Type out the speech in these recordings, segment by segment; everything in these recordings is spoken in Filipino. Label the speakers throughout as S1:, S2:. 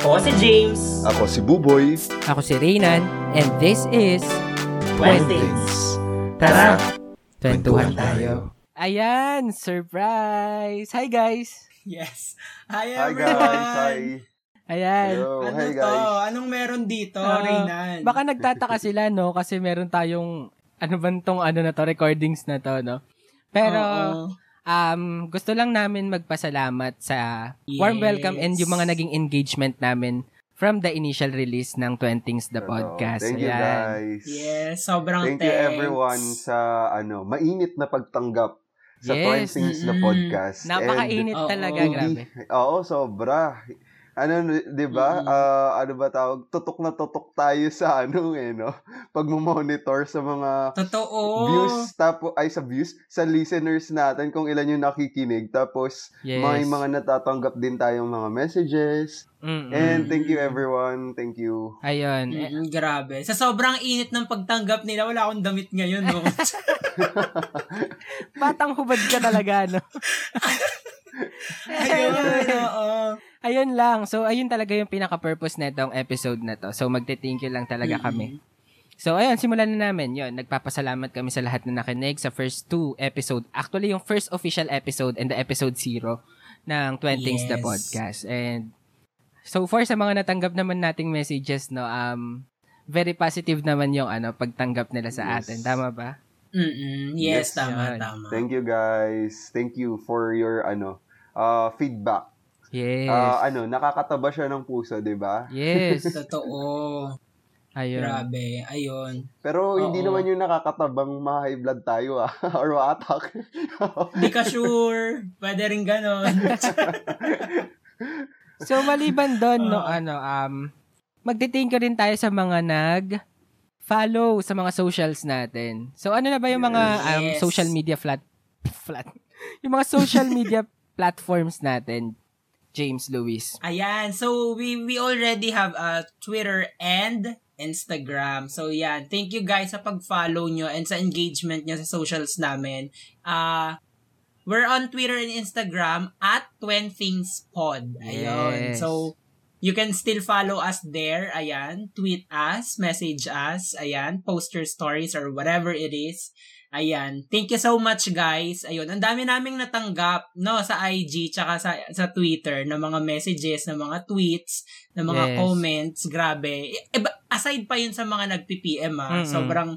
S1: Ako si James.
S2: Ako si Buboy,
S3: Ako si Reynan, and this is...
S1: Wednesdays. Tara!
S3: Kwentuhan
S2: Kwentuhan tayo.
S3: tayo. Ayan! Surprise! Hi guys!
S4: Yes. Hi,
S2: Hi
S4: everyone.
S2: guys, hi.
S3: Ayan.
S2: Hello,
S4: Ano
S2: hi
S4: to?
S2: guys.
S4: Anong meron dito,
S3: Oo.
S4: Reynan?
S3: Ah, Baka nagtataka sila, no? Kasi meron tayong... Ano ba tong ano na to? Recordings na to, no? Pero...
S4: Oo.
S3: Um, gusto lang namin magpasalamat sa warm
S4: Yes.
S3: welcome and yung mga naging engagement namin from the initial release ng 20s The
S2: Hello.
S3: Podcast.
S2: Thank you
S3: Ayan.
S2: guys.
S4: Yes, sobrang
S2: Thank you
S4: thanks.
S2: everyone sa ano, mainit na pagtanggap sa 20
S3: Yes.
S2: Things na
S4: Mm-mm.
S2: podcast. And
S3: Napakainit
S4: And-
S3: talaga,
S4: Oo.
S3: grabe.
S2: hindi- Oo, sobra. Ano, 'di
S4: Mm.
S2: ba? Ah, ano ba tawag? Tutok na tutok tayo sa ano eh, no? Pag-monitor sa mga
S4: Totoo.
S3: Oh.
S2: views tapo ay sa views sa listeners natin kung ilan yung nakikinig tapos
S3: Yes.
S2: may mga natatanggap din tayong mga messages
S3: Mm-mm.
S2: and thank you everyone thank you
S3: Ayun. Eh,
S4: Mm, grabe. Sa sobrang init ng pagtanggap nila, wala akong damit ngayon, no?
S3: Batang hubad ka talaga, no?
S4: Ayun, oo.
S3: Ayun lang. So, ayun talaga yung pinaka-purpose na itong episode na to. So, magte-thank you lang talaga kami. So, ayun, simulan na namin. Yun, nagpapasalamat kami sa lahat na nakinig sa first two episode. Actually, yung first official episode and the episode zero ng 20 Things the
S4: Yes.
S3: Podcast. And so far, sa mga natanggap naman nating messages, no, um, very positive naman yung ano, pagtanggap nila sa
S2: Yes.
S3: atin. Tama ba?
S4: Mm-mm. Yes,
S2: Yes,
S4: tama,
S3: yun.
S4: tama.
S2: thank you guys thank you for your ano uh, feedback
S3: Yes.
S2: Ah, ano nakakataba siya ng puso 'di ba
S3: yes.
S4: Totoo.
S3: Ayun.
S4: Grabe. Ayun.
S2: pero hindi
S4: Oo.
S2: naman yung nakakatabang ma-high blood tayo ah or ma-attack
S4: Hindi ka sure. Pwede rin ganon.
S3: So, maliban doon,
S4: Oo.
S3: no, ano, um, magtitingin ko rin tayo sa mga nag follow sa mga socials natin. So, ano na ba yung mga um,
S4: Yes.
S3: social media flat, flat, yung mga social media platforms natin, James Lewis?
S4: Ayan, so we we already have a Twitter and Instagram. So yan, thank you guys sa pag-follow nyo and sa engagement nyo sa socials namin. Uh, we're on Twitter and Instagram at 20 Things Pod. Ayun.
S3: Yes.
S4: So you can still follow us there. Ayan, tweet us, message us, ayan, post your stories or whatever it is. Ayan. Thank you so much, guys. Ayun, ang dami naming natanggap, no, sa IG, tsaka sa, sa Twitter, ng mga messages, ng mga tweets, ng mga
S3: Yes.
S4: comments. Grabe. I- iba- aside pa yun sa mga nag-PPM, ah,
S3: Mm-mm.
S4: sobrang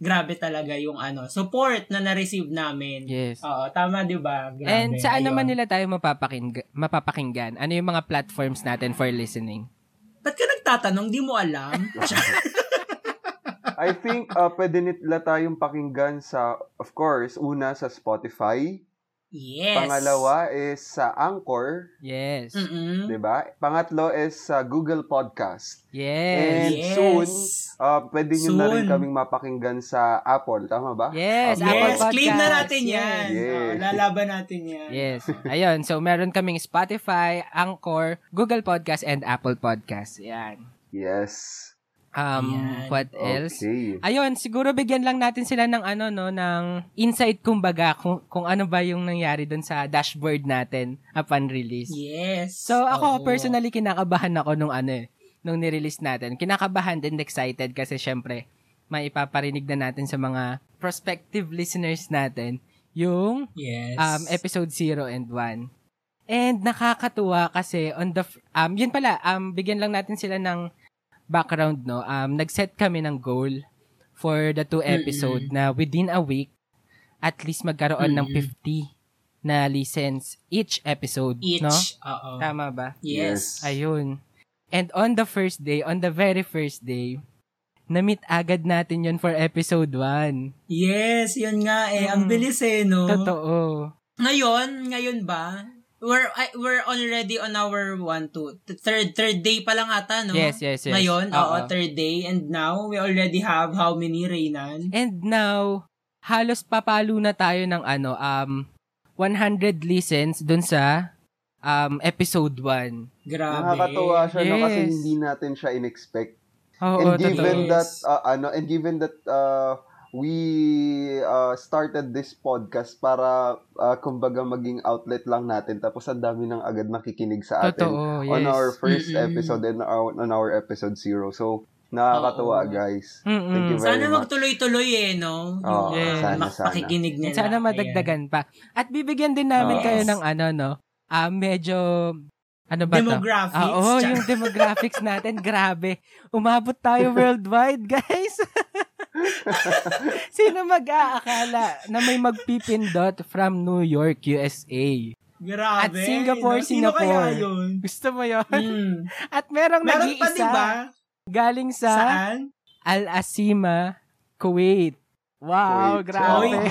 S4: grabe talaga yung ano, support na na-receive namin.
S3: Yes.
S4: Oo, tama, di ba? Oh, Grabe.
S3: And saan
S4: Ayun.
S3: naman nila tayo mapapakinggan, mapapakinggan? Ano yung mga platforms natin for listening?
S4: Ba't ka nagtatanong? Di mo alam?
S2: I think uh, pwede nila tayong pakinggan sa of course una sa Spotify
S4: yes.
S2: pangalawa is sa Anchor
S3: Yes.
S4: Mm-mm.
S2: 'di ba? Pangatlo is sa Google Podcast.
S3: Yes.
S2: And soon, uh, pwede nyo na rin
S4: Soon.
S2: kaming mapakinggan sa Apple, tama ba?
S3: Yes.
S2: Yes,
S3: Apple Podcast.
S4: claim na natin yan.
S2: Yes.
S4: Oo, lalaban natin yan.
S3: Yes. Ayun. So, meron kaming Spotify, Anchor, Google Podcast, and Apple Podcast. Yan.
S2: Yes.
S3: Um,
S4: Ayan.
S3: what else?
S2: Okay.
S3: Ayun, siguro bigyan lang natin sila ng ano, no, ng insight kumbaga kung, kung ano ba yung nangyari dun sa dashboard natin upon release.
S4: Yes.
S3: So,
S4: Oo.
S3: ako personally, kinakabahan ako nung ano eh, nung nirelease natin. Kinakabahan and excited kasi syempre, maipaparinig na natin sa mga prospective listeners natin yung
S4: Yes.
S3: um, episode 0 and 1. And nakakatuwa kasi on the f- um yun pala um bigyan lang natin sila ng background no. Um nag-set kami ng goal for the two episode na within a week at least magkaroon
S4: Mm-mm.
S3: ng 50 na listens each episode
S4: Each.
S3: no. Um,
S4: Oo.
S3: Tama ba?
S4: Yes.
S3: Ayun. And on the first day, on the very first day, na-meet agad natin yun for episode 1.
S4: Yes, yun nga eh. Ang
S3: Mm.
S4: bilis eh, no?
S3: Totoo.
S4: Ngayon, ngayon ba? we're I- we're already on our one two th- third third day pa lang ata no
S3: Yes, yes, yes.
S4: ngayon oo
S3: Oo.
S4: third day and now we already have how many Reynan
S3: And now, halos papalo na tayo ng ano, um, 100 listens dun sa um, episode 1.
S4: grabe
S2: Nakakatuwa siya no kasi
S3: Yes.
S2: hindi natin siya in-expect.
S3: Oo,
S2: and
S3: totoo.
S2: given
S4: Yes.
S2: that uh, ano and given that uh, we uh, started this podcast para uh, kumbaga maging outlet lang natin tapos ang dami nang agad nakikinig sa atin
S3: Totoo, yes.
S2: on our first
S4: Mm-mm.
S2: episode and our, on our episode zero. So, nakakatuwa,
S4: Oo.
S2: guys.
S3: Mm-mm.
S2: Thank you very
S4: sana
S2: much.
S4: magtuloy-tuloy eh no
S2: Oo,
S4: Yung,
S3: sana,
S4: mak-
S2: sana.
S4: makikinig nila
S3: Sana madagdagan pa. At bibigyan din namin
S4: Yes.
S3: kayo ng ano, no? Ah, medyo, ano
S4: Ayan.
S3: ba to?
S4: demographics
S3: Ah, oo,
S4: tsaka-
S3: yung demographics natin, grabe. Umabot tayo worldwide, guys. Sino mag-aakala na may magpipindot from New York, USA?
S4: grabe
S3: at Singapore,
S4: no? Sino kaya
S3: Singapore.
S4: yun
S3: Gusto mo yon?
S4: mm.
S3: At merong
S4: meron pa
S3: nag-iisa
S4: diba
S3: galing sa
S4: saan
S3: Al-Asima, Kuwait. Wow,
S2: Kuwait.
S3: Oh, grabe.
S4: Oy.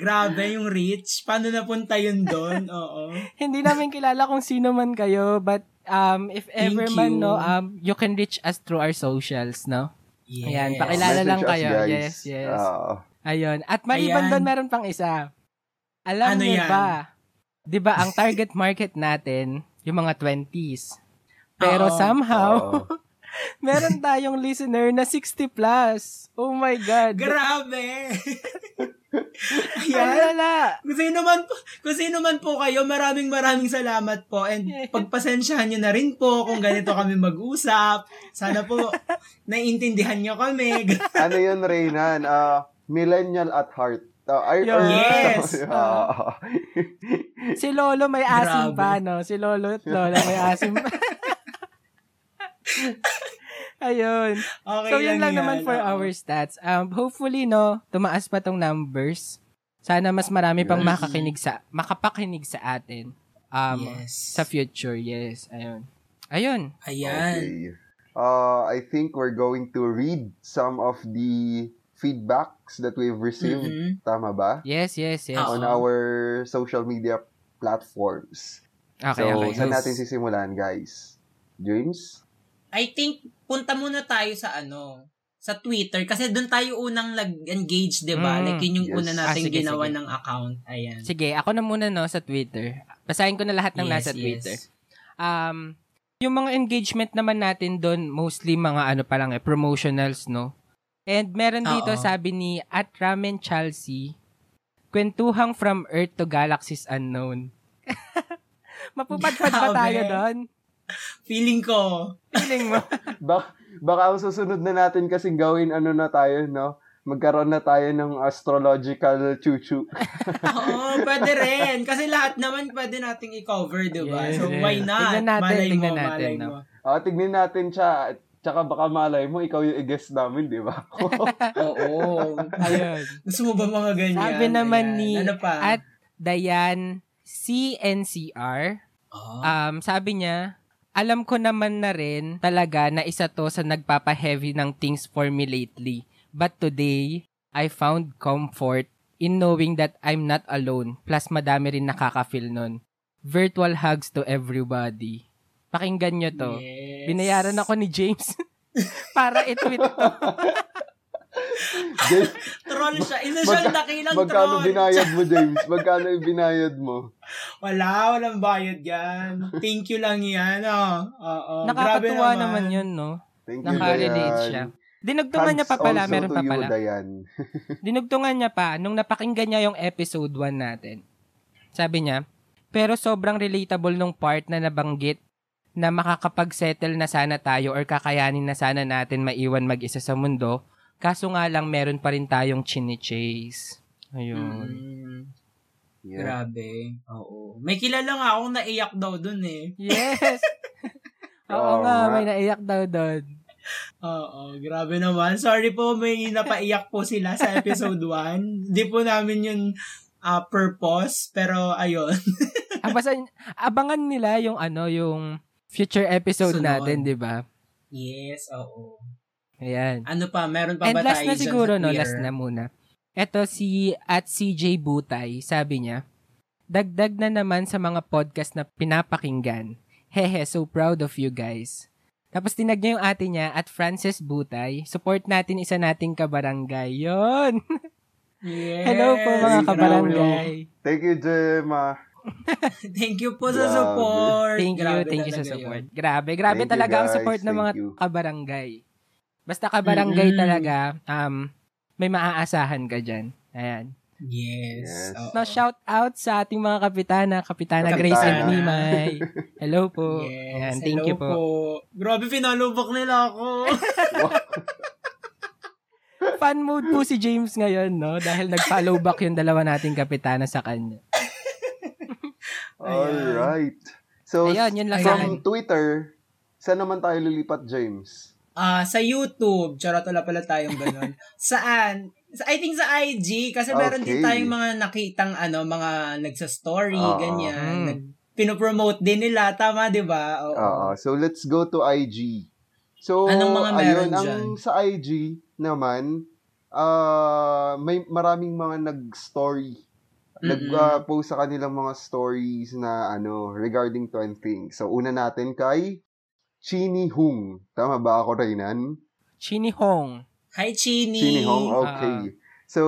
S4: grabe yung reach paano napunta yun doon oo
S3: Hindi namin kilala kung sino man kayo, but um, if
S4: Thank
S3: ever man,
S4: you.
S3: no, um, you can reach us through our socials, no?
S4: yes.
S3: Ayan, pakilala lang
S2: Message us,
S3: kayo.
S2: guys.
S3: Yes, yes.
S2: Oo.
S3: Ayun. At
S4: Ayan.
S3: maliban doon, meron pang isa. Alam
S4: Ano
S3: niyo
S4: yan?
S3: ba, di ba ang target market natin, yung mga 20s. Pero
S4: Oo.
S3: somehow,
S2: Oo.
S3: meron tayong listener na 60 plus. Oh my God.
S4: Grabe!
S3: Ang
S4: Ayan.
S3: lala.
S4: Kung sino, man po, kung sino man po kayo, maraming maraming salamat po. And pagpasensyahan nyo na rin po kung ganito kami mag-usap. Sana po naiintindihan nyo kami.
S2: ano yun, Reynan? Uh, millennial at heart. Uh, I,
S3: Yun.
S4: Yes.
S2: Oo.
S3: Ah. Si Lolo may
S4: Grabe.
S3: asim pa, no? Si Lolo at Lola may asim pa. Ayun.
S4: Okay
S3: so, yun lang,
S4: yan.
S3: naman for
S4: Oo.
S3: our stats. Um, hopefully, no, tumaas pa tong numbers. Sana mas marami pang
S2: Yes.
S3: makakinig sa, makapakinig sa atin. Um,
S4: Yes.
S3: Sa future, yes. Ayun. Ayun.
S4: Ayan.
S2: Okay. Uh, I think we're going to read some of the feedbacks that we've
S3: Mm-hmm.
S2: received.
S4: Mhm.
S2: Tama ba?
S3: Yes, yes, yes.
S4: Oo.
S2: On our social media platforms.
S3: Okay,
S2: so,
S3: okay.
S2: saan natin sisimulan, guys? James?
S4: I think punta muna tayo sa ano, sa Twitter. Kasi doon tayo unang nag-engage, di ba?
S3: Mm.
S4: Like, yun yung
S2: Yes.
S4: una
S2: Ah,
S4: natin
S3: sige,
S4: ginawa
S3: sige.
S4: ng account. Ayan.
S3: Sige, ako na muna, no, sa Twitter. Basahin ko na lahat ng nasa Twitter. um, yung mga engagement naman natin doon, mostly mga ano pa lang eh, promotionals, no? And meron dito,
S4: Oo.
S3: sabi ni at Ramen Chelsea, kwentuhang from Earth to Galaxies Unknown. Mapupadpad pa
S4: Grabe.
S3: tayo doon?
S4: Feeling ko,
S3: Feeling mo?
S2: Bak baka ang susunod na natin kasing gawin, ano na tayo, no? Magkaroon na tayo ng astrological chuchu.
S4: Oo, pwede rin. Kasi lahat naman pwede nating i-cover, di ba?
S3: Yes,
S4: so,
S3: yes.
S4: why not?
S3: Tingnan natin,
S4: malay
S3: tingnan
S4: mo,
S3: natin,
S4: malay
S3: no?
S4: mo.
S2: Ah, tignan natin siya. At Tsaka baka malay mo, ikaw yung i-guess namin, di ba?
S4: Oo.
S3: Ayun.
S4: Gusto mo ba mga ganyan?
S3: Sabi naman
S4: Ayan.
S3: ni
S4: Ano pa?
S3: at Dayan CNCR,
S4: Oo.
S3: Um, sabi niya, alam ko naman na rin talaga na isa to sa nagpapa-heavy ng things for me lately. But today, I found comfort in knowing that I'm not alone. Plus, madami rin nakaka-feel nun. Virtual hugs to everybody. Pakinggan nyo to.
S4: Yes.
S3: Binayaran ako ni James para i-tweet to.
S4: Oh,
S2: James,
S4: Troll siya. Isa siyang dakilang
S2: magkano
S4: troll.
S2: binayad mo, James? Magkano yung binayad mo?
S4: Wala, walang bayad yan. Thank you lang yan. Oh. Oo. Grabe
S3: Nakakatuwa naman yun, no?
S2: Thank you,
S3: Nakarelate
S2: Dayan.
S3: siya. Dinugtungan niya pa
S2: Thanks
S3: pala.
S2: also
S3: Meron
S2: to
S3: pa
S2: you,
S3: pala.
S2: Dayan.
S3: Dinugtungan niya pa nung napakinggan niya yung episode 1 natin. Sabi niya, pero sobrang relatable nung part na nabanggit na makakapag-settle na sana tayo or kakayanin na sana natin maiwan mag-isa sa mundo. Kaso nga lang meron pa rin tayong chine-chase. Ayun.
S4: Mm,
S2: Yeah.
S4: Grabe. Oo. May kilala nga akong naiyak daw dun eh.
S3: Yes!
S2: Oo
S3: Oo nga,
S2: nga.
S3: may naiyak daw doon.
S4: Oo, grabe naman. Sorry po, may napaiyak po sila sa episode 1. Hindi po namin yun ah, purpose, pero ayun.
S3: Abasan, abangan nila yung ano, yung future episode
S4: Sunod.
S3: natin, di ba?
S4: Yes, oo.
S3: Ayan.
S4: Ano pa, meron pa
S3: And
S4: ba
S3: last
S4: tayo
S3: na
S4: dyan
S3: siguro,
S4: sa
S3: no?
S4: Twitter?
S3: Last na muna. Ito si at CJ Butay, sabi niya, Dagdag na naman sa mga podcast na pinapakinggan. Hehe, so proud of you guys. Tapos tinag niya yung ate niya at Frances Butay. Support natin isa nating kabarangay. Yon!
S4: Yes,
S3: Hello po mga
S4: grabe.
S3: kabarangay.
S2: Thank you, Gemma.
S4: Thank you po sa
S2: Grabe.
S4: support.
S3: Thank you,
S4: Grabe
S3: thank you sa
S4: talaga
S3: support.
S4: yun.
S3: Grabe, grabe
S2: Thank you,
S3: talaga ang
S2: guys.
S3: support ng
S2: Thank
S3: mga
S2: you.
S3: kabarangay. Basta kabarangay
S4: Mm-mm.
S3: talaga, um, may maaasahan ka dyan. Ayan.
S4: Yes.
S2: Yes.
S4: oo.
S3: No, shout out sa ating mga kapitana, Kapitana
S2: Kapitana.
S3: Grace and Nimay. Hello po. Ayan, thank
S4: hello
S3: you po.
S4: Grabe, pinalubok nila ako.
S3: Fan mode po si James ngayon, no? Dahil nag-follow back yung dalawa nating kapitana sa kanya.
S2: All
S4: Ayan.
S2: right. So,
S3: Ayun, yun lang
S4: sa
S2: from Twitter, saan naman tayo lilipat, James?
S4: Ah, sa YouTube, charot wala pala tayong ganun. Saan? Sa- I think sa IG kasi meron din
S2: Okay.
S4: tayong mga nakitang ano, mga nagsa-story
S2: Oo.
S4: ganyan.
S3: Mm.
S4: Nag, pinopromote din nila, tama 'di ba? Oo.
S2: Oo. So, let's go to IG. So,
S4: Anong mga meron
S2: ayun, ang
S4: dyan?
S2: sa IG naman, ah may maraming mga nag-story. Nag-post sa kanilang mga stories na ano regarding to and things. So, una natin kay Chini Hung. Tama ba ako, Raynan?
S3: Chini Hong.
S4: Hi Chini.
S2: Chini Hong,
S4: Ah,
S2: oh, okay. so,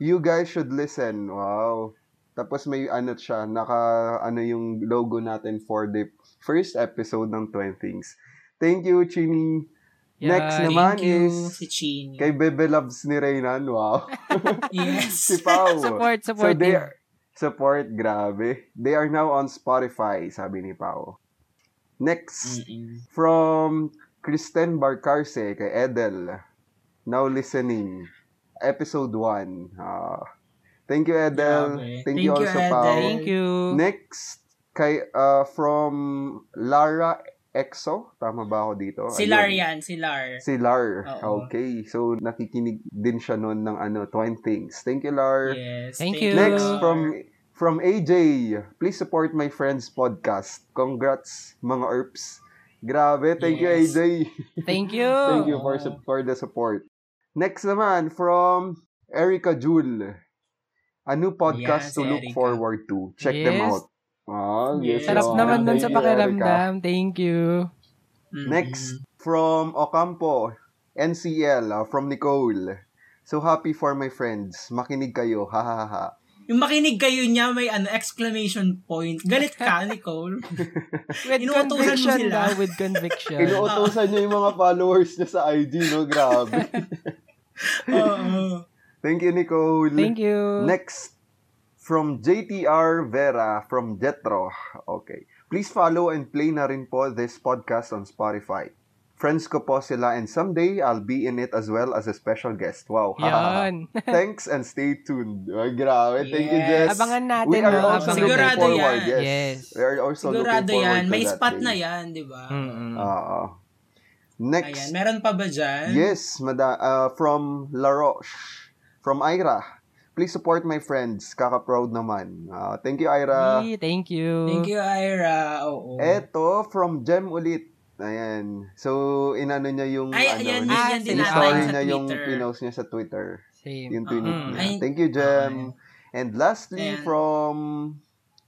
S2: you guys should listen. Wow. Tapos may ano siya, naka ano yung logo natin for the first episode ng 20 Things. Thank you, Chini.
S3: Yan.
S2: Next
S4: Thank
S2: naman
S4: you,
S2: is
S4: si Chini.
S2: kay Bebe Loves ni Reynan. Wow.
S4: yes.
S2: si Pao.
S3: Support,
S2: So
S3: support.
S2: they are, support, grabe. They are now on Spotify, sabi ni Pao. Next,
S4: Mm-mm.
S2: from Kristen Barcarce kay Edel. Now listening. Episode 1. Ah. thank you, Edel.
S4: Grabe.
S2: Thank, you also, Pao.
S4: Edel.
S3: Thank you.
S2: Next, kay, ah, from Lara Exo. Tama ba ako dito?
S4: Si
S2: Oh, Ayun.
S4: Lar yan, si Lar.
S2: Si Lar.
S4: Oo.
S2: Okay. So, nakikinig din siya noon ng ano, 20 Things. Thank you, Lar.
S4: Yes.
S3: Thank you.
S2: Next,
S4: Lar.
S2: from from AJ. Please support my friend's podcast. Congrats, mga ERPs. Grabe. Thank you,
S4: Yes.
S2: AJ.
S3: Thank you.
S2: Thank you for, sup- for the support. Next naman, from Erica Jule. A new
S4: Yes,
S2: podcast to look
S4: Erica.
S2: forward to. Check them
S3: Yes.
S2: out. Ah, yes.
S4: Yes.
S3: Sarap
S2: yun.
S3: naman nun
S2: Thank
S3: sa
S2: you, Erica.
S3: pakiramdam. Mm-hmm. Thank you.
S4: Mm-mm.
S2: Next, from Ocampo, NCL, ah, from Nicole. So happy for my friends. Makinig kayo. Ha ha ha, ha.
S4: Yung makinig kayo niya, may ano, exclamation point. Galit ka, Nicole.
S3: With
S4: Inuutosan mo
S3: conviction
S4: sila.
S3: daw, with conviction.
S2: Inuutosan niyo yung mga followers niya sa IG, no? Grabe.
S4: Oo.
S2: Thank you, Nicole.
S3: Thank you.
S2: Next, from JTR Vera from Jetro. Okay. Please follow and play na rin po this podcast on Spotify. Friends ko po sila and someday I'll be in it as well as a special guest. Wow. Ha, ha, ha.
S3: Yan.
S2: Thanks and stay tuned. Ay, grabe. Thank you,
S4: Yes.
S2: Jess.
S3: Abangan natin.
S2: We are
S3: no?
S2: also
S3: Abangan
S2: looking
S4: Sigurado
S2: forward.
S4: yan.
S2: Yes.
S3: Yes.
S2: We are also looking
S4: Sigurado
S2: forward
S4: yan.
S2: to
S4: May
S2: that
S4: spot
S2: thing.
S4: na yan, di ba?
S3: Mm-mm.
S2: Oo.
S4: Ayan.
S2: next.
S4: Meron pa ba dyan?
S2: Yes, mada- uh, from La Roche. From Ira. Please support my friends. Kaka-proud naman. Ah, thank you, Ira.
S3: Hey, thank you.
S4: Thank you, Ira. Oo.
S2: Eto, from Gem ulit. Ayan. So, inano niya yung
S4: Ay,
S2: ano,
S4: ayan, yan,
S3: Ah,
S4: yan din
S3: sinasabi
S4: natin
S2: story
S4: sa
S2: niya yung
S4: Twitter.
S2: pinost niya sa Twitter.
S3: Same.
S2: Yung tweet
S3: Mm.
S2: niya.
S4: Ay,
S2: Thank you, Gem. And lastly,
S4: Ayan.
S2: from...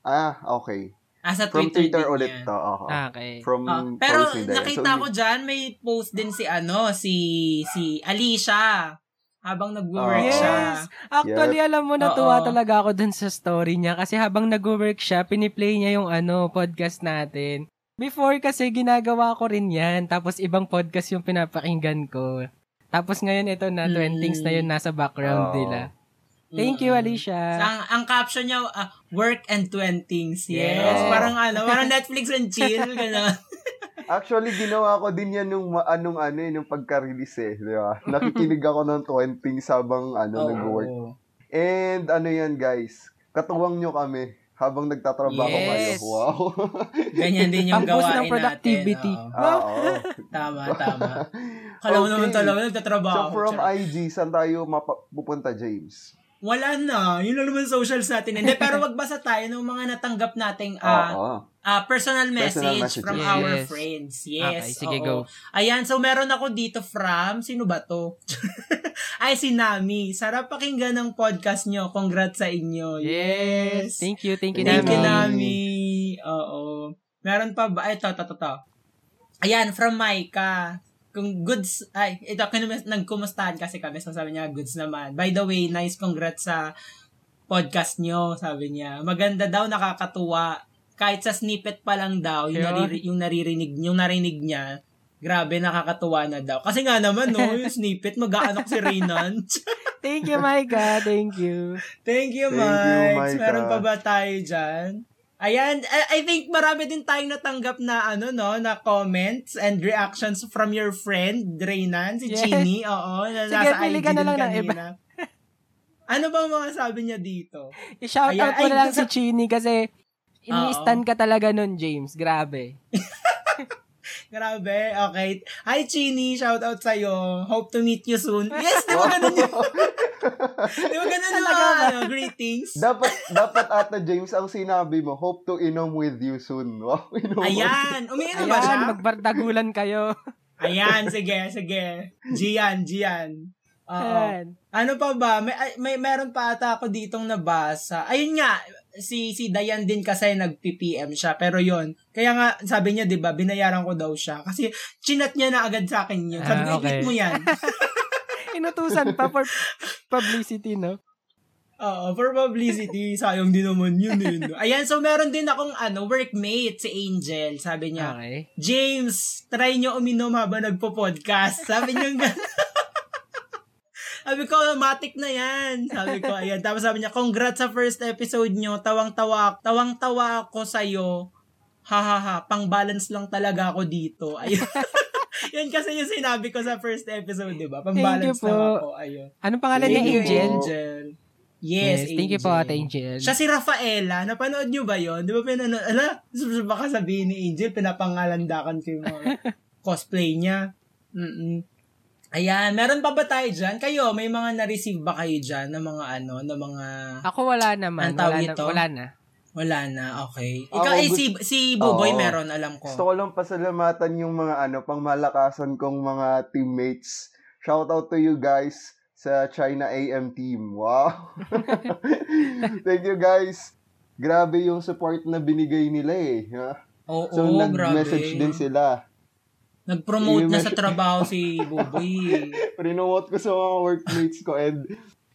S2: Ah, okay.
S4: ah, sa
S2: From
S4: Twitter,
S2: Twitter
S4: din
S2: ulit
S4: yan.
S2: to. oo.
S3: Okay.
S2: From
S4: Ah, pero
S2: Paul's Hidayah.
S4: nakita
S2: So,
S4: ko dyan, may post din si ano, si si Alicia habang nag-work
S2: Ah.
S4: siya.
S3: Yes! Actually, alam mo, natuwa
S4: Oo.
S3: talaga ako dun sa story niya kasi habang nag-work siya, piniplay niya yung ano, podcast natin. Before kasi ginagawa ko rin yan, tapos ibang podcast yung pinapakinggan ko. Tapos ngayon ito na,
S4: Mm.
S3: 20 things na yun nasa background
S2: Oo.
S3: nila. Thank you,
S4: Mm. So,
S3: Alicia.
S4: ang, ang caption niya, ah, work and twentings. Yes.
S3: Yes.
S4: Parang ano, parang Netflix and chill. Ganun.
S2: Actually, ginawa ko din yan nung ma- anong ano eh, nung pagka-release eh. Di ba? Nakikinig ako ng 20 sabang ano,
S4: Oo.
S2: nag-work. And ano yan guys, katuwang nyo kami habang nagtatrabaho
S3: Yes.
S2: kayo. Wow.
S4: Ganyan din yung
S3: Pang-boost
S4: gawain
S3: ng productivity.
S4: natin. Oo.
S2: Ah, Oo.
S4: Tama, tama. Kala mo
S2: Okay.
S4: naman talaga, nagtatrabaho.
S2: So from
S4: Charot.
S2: IG, saan tayo mapupunta, James?
S4: Wala na. Yun lang naman socials natin. Hindi, pero magbasa tayo ng mga natanggap nating ah,
S2: Oo.
S4: ah, personal
S2: Personal
S4: message from
S2: messages.
S4: our
S3: Yes.
S4: friends. Yes.
S3: okay, sige,
S4: oo.
S3: go.
S4: Ayan, so meron ako dito from, sino ba to? Ay, si Nami. Sarap pakinggan ng podcast nyo. Congrats sa inyo. Yes.
S3: Thank you, thank you,
S4: Thank you,
S3: Nami.
S4: Nami. Oo. Meron pa ba? Ay, ito, ito, ito, ito. Ayan, from Micah. Kung goods, ay, ito, kinum- nagkumustahan kasi kami. So, sabi niya, goods naman. By the way, nice congrats sa podcast nyo, sabi niya. Maganda daw, nakakatuwa. Kahit sa snippet pa lang daw, yung,
S3: Yun.
S4: nariri- yung naririnig, yung narinig niya, grabe, nakakatuwa na daw. Kasi nga naman, no, yung snippet, mag-aanok si Raynon.
S3: Thank you, my God. Thank you.
S4: Thank you,
S2: Thank you,
S4: Mike.
S2: Mike,
S4: Meron
S2: ah.
S4: pa ba tayo dyan? Ayan, eh, I, I think marami din tayong natanggap na ano no, na comments and reactions from your friend Drainan, si
S3: Yes.
S4: Chini, oo, na
S3: Sige,
S4: nasa
S3: pili
S4: IG
S3: ka na
S4: din
S3: lang ng
S4: kanina.
S3: iba.
S4: ano ba ang mga sabi niya dito?
S3: I-shout out
S4: Ayan,
S3: ko
S4: ay,
S3: na lang si
S4: sa-
S3: Chini kasi ini-stan ka talaga nun, James. Grabe.
S4: Grabe, okay. Hi Chini, shout out sa Hope to meet you soon. Yes, di ba ganun yun? di ba ganun yung
S3: Talaga ba?
S4: ano, greetings?
S2: dapat, dapat ata, James, ang sinabi mo, hope to inom with you soon. Wow, inom.
S4: Ayan, umiinom ba siya?
S3: Ayan, magbardagulan kayo.
S4: Ayan, sige, sige. Gian, Gian. Oo.
S3: Ayan.
S4: Ano pa ba? May, ay, may meron pa ata ako ditong nabasa. Ayun nga, si si Dayan din kasi nag-PPM siya. Pero yon kaya nga sabi niya, 'di ba, binayaran ko daw siya kasi chinat niya na agad sa akin yun. Sabi ko,
S3: Ah, okay.
S4: "Tweet mo 'yan."
S3: Inutusan pa for publicity, no?
S4: Oo, for publicity, sayang din naman yun, yun. Ayan, so meron din akong ano, workmate si Angel. Sabi niya,
S3: Okay.
S4: James, try nyo uminom habang nagpo-podcast. Sabi niya gano'n. sabi ko, matik na yan. Sabi ko, ayan. Tapos sabi niya, congrats sa first episode nyo. Tawang-tawa, tawang-tawa ako sa'yo. Ha ha ha, pang-balance lang talaga ako dito. Ayun. yan kasi yung sinabi ko sa first episode, di ba? Pang-balance
S3: Thank you
S4: lang
S3: po.
S4: ako. Ayun.
S3: Anong pangalan
S2: Thank
S3: niya,
S2: you.
S3: Angel?
S4: Angel. Yes,
S3: thank you po, Ate Angel.
S4: Siya si Rafaela. Napanood nyo ba yon? Di ba pinanood? Ala, s- baka sabihin ni Angel, pinapangalandakan ko yung mga cosplay niya. Mm-mm. Ayan, meron pa ba tayo dyan? Kayo, may mga na-receive ba kayo dyan ng mga ano, ng mga...
S3: Ako wala naman.
S4: Ang tawag
S3: Wala na,
S4: nito?
S3: wala na.
S4: Wala na, okay.
S2: Ako,
S4: Ikaw, eh,
S2: gusto-
S4: si, si Buboy
S2: Oo.
S4: meron, alam ko.
S2: Gusto ko lang pasalamatan yung mga ano, pangmalakasan kong mga teammates. Shout out to you guys sa China AM team. Wow. Thank you guys. Grabe yung support na binigay nila eh. Ha?
S4: Oo,
S2: So nag-message
S4: grabe.
S2: din sila.
S4: Nag-promote na sa
S2: I-message-
S4: trabaho si Buboy.
S2: Rinuot ko sa mga workmates ko and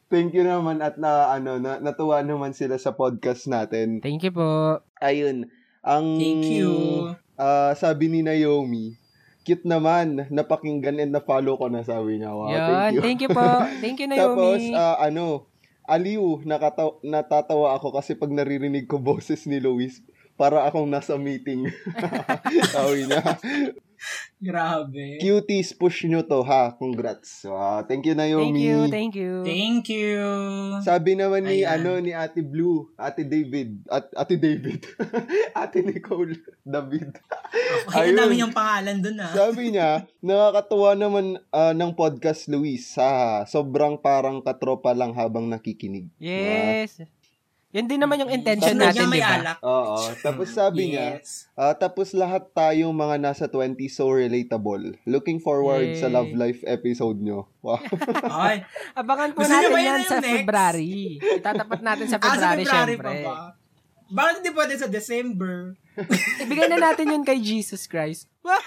S2: thank you naman at na ano na, natuwa naman sila sa podcast natin.
S3: Thank you po.
S2: Ayun. Ang
S4: Thank you.
S2: Ah, sabi ni Naomi, cute naman, napakinggan and na-follow ko na sabi niya. Wow, thank
S3: Yun.
S2: you.
S3: Thank you po. Thank you,
S2: Tapos,
S3: Naomi.
S2: ah, ano, aliw, nakataw- natatawa ako kasi pag naririnig ko boses ni Luis, para akong nasa meeting. Sabi niya.
S4: Grabe.
S2: Cuties, push nyo to ha. Congrats. Wow, thank you, Naomi.
S3: thank you, thank you.
S4: Thank you.
S2: sabi naman ni
S4: Ayan.
S2: ano ni Ate Blue, Ate David, at Ate David, Ate Nicole, David.
S4: Ay, ang
S2: Ayun.
S4: dami niyang pangalan dun ah.
S2: Sabi niya, nakakatuwa naman ah, ng podcast Luis. Ha, sobrang parang katropa lang habang nakikinig.
S3: Yes. Yan din naman yung intention
S4: Sunod
S2: Tapos
S4: niya
S3: natin, di
S4: may ano.
S3: ba?
S4: alak.
S2: Oo. Tapos sabi niya,
S4: Yes.
S2: ah, tapos lahat tayong mga nasa 20 so relatable. Looking forward sa
S3: Yay.
S2: love life episode nyo. Wow.
S4: Ay,
S3: Abangan po
S4: Gusto niyo
S3: natin
S4: ba yun
S3: yan
S4: yung
S3: sa
S4: next?
S3: February. Itatapat natin sa
S4: ah, sa
S3: February,
S4: February pa
S3: syempre.
S4: ba? Bakit hindi pwede sa December?
S3: Ibigay na natin yun kay Jesus Christ. Wow.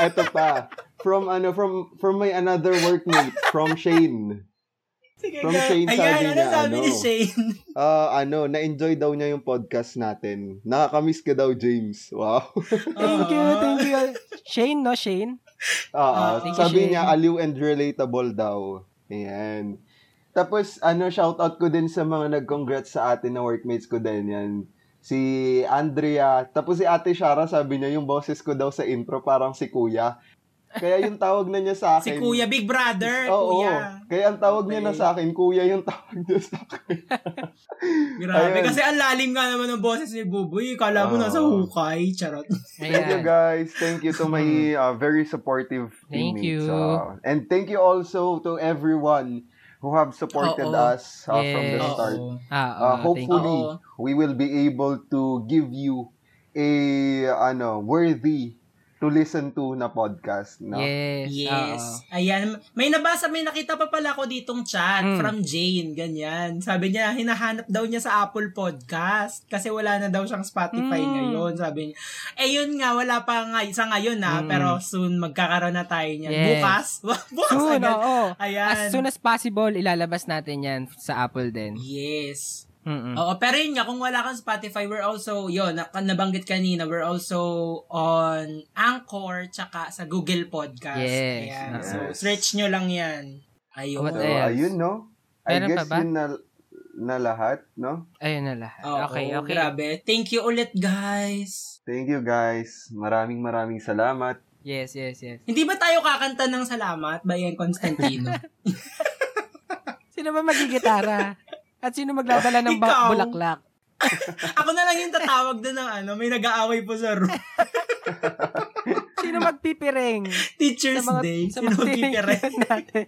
S2: Eto pa. From ano, from from my another workmate, from Shane.
S4: Sige,
S2: From
S4: go.
S2: Shane, sabi
S4: Ayan, ano
S2: niya,
S4: sabi ni
S2: ano?
S4: Shane?
S2: Ah, ano, na-enjoy daw niya yung podcast natin. Nakakamiss ka daw, James. Wow.
S3: Thank you, thank you. Shane, no? Shane?
S2: Oo.
S4: Ah, Thank
S3: you,
S2: sabi
S3: Shane.
S2: niya, aliw and relatable daw. Ayan. Tapos, ano, shoutout ko din sa mga nag-congrats sa atin na workmates ko din yan. Si Andrea. Tapos si Ate Shara, sabi niya, yung boses ko daw sa intro parang si Kuya. Kaya yung tawag na niya sa
S4: Si
S2: akin.
S4: Kuya, Big Brother,
S2: Oo.
S4: Kuya.
S2: Kaya ang tawag niya na
S4: Okay.
S2: sa akin, Kuya yung tawag niya sa akin.
S4: Grabe,
S2: Ayun.
S4: kasi ang lalim nga naman ng boses ni Buboy. Kala mo
S2: Oo.
S4: nasa hukay. Charot.
S2: Thank you guys. Thank you to my uh, very supportive
S3: Hmm. Thank
S2: teammates.
S3: you.
S2: uh, and thank you also to everyone who have supported
S4: Oo.
S2: us uh, from the
S3: Yes.
S2: start.
S4: Oo.
S2: Uh,
S3: Ah, ah, thank you.
S2: hopefully, we will be able to give you a ano worthy to listen to na podcast, no?
S3: Yes.
S4: Yes.
S3: oo.
S4: Ayan. May nabasa, may nakita pa pala ako ditong chat
S3: Mm.
S4: from Jane, ganyan. Sabi niya, hinahanap daw niya sa Apple Podcast kasi wala na daw siyang Spotify
S3: Mm.
S4: ngayon, sabi niya. Eh yun nga, wala pa nga, sa ngayon na,
S3: Mm.
S4: pero soon magkakaroon na tayo niyan.
S3: Yes.
S4: Bukas? Bukas
S3: Soon,
S4: agad.
S3: oo.
S4: Ayan.
S3: As soon as possible, ilalabas natin yan sa Apple din.
S4: Yes.
S3: Mm-mm.
S4: Oo, pero yun nga, kung wala kang Spotify, we're also, yun, na- nabanggit kanina, we're also on Anchor, tsaka sa Google Podcast.
S3: Yes.
S4: Ayan.
S2: Yes.
S4: So, search nyo lang yan. Ayun.
S3: What
S2: So,
S3: else?
S2: ayun, no? I
S3: Meron pa
S2: guess
S3: ba?
S2: yun na, na lahat, no?
S3: Ayun na lahat.
S4: Oo,
S3: okay, okay.
S4: Grabe. Thank you ulit, guys.
S2: Thank you, guys. Maraming maraming salamat.
S3: Yes, yes, yes.
S4: Hindi ba tayo kakanta ng salamat by Ian Constantino?
S3: Sino ba magigitara? At sino maglabala
S4: Ikaw.
S3: ng ba- bulaklak?
S4: Ako na lang yung tatawag doon ng ano, may nag-aaway po sa room.
S3: Sino magpipiring?
S4: Teacher's Day.
S3: sa
S4: Sino
S3: mga
S4: titira?
S3: tinitingnan natin.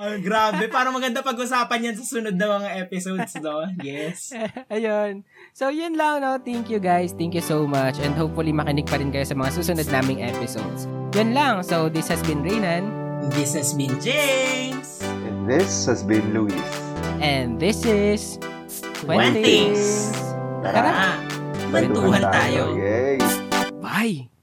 S4: Oh, grabe. Parang maganda pag-usapan yan sa sunod na mga episodes, no? Yes.
S3: Ayun. So, yun lang, no? Thank you, guys. Thank you so much. And hopefully, makinig pa rin kayo sa mga susunod naming episodes. Yun lang. So, this has been Raynan.
S4: This has been James.
S2: And this has been Luis.
S3: And this is...
S4: When Things.
S3: Tara.
S4: Tara, bantuhan Ah, tayo.
S2: Yay!
S3: Bye!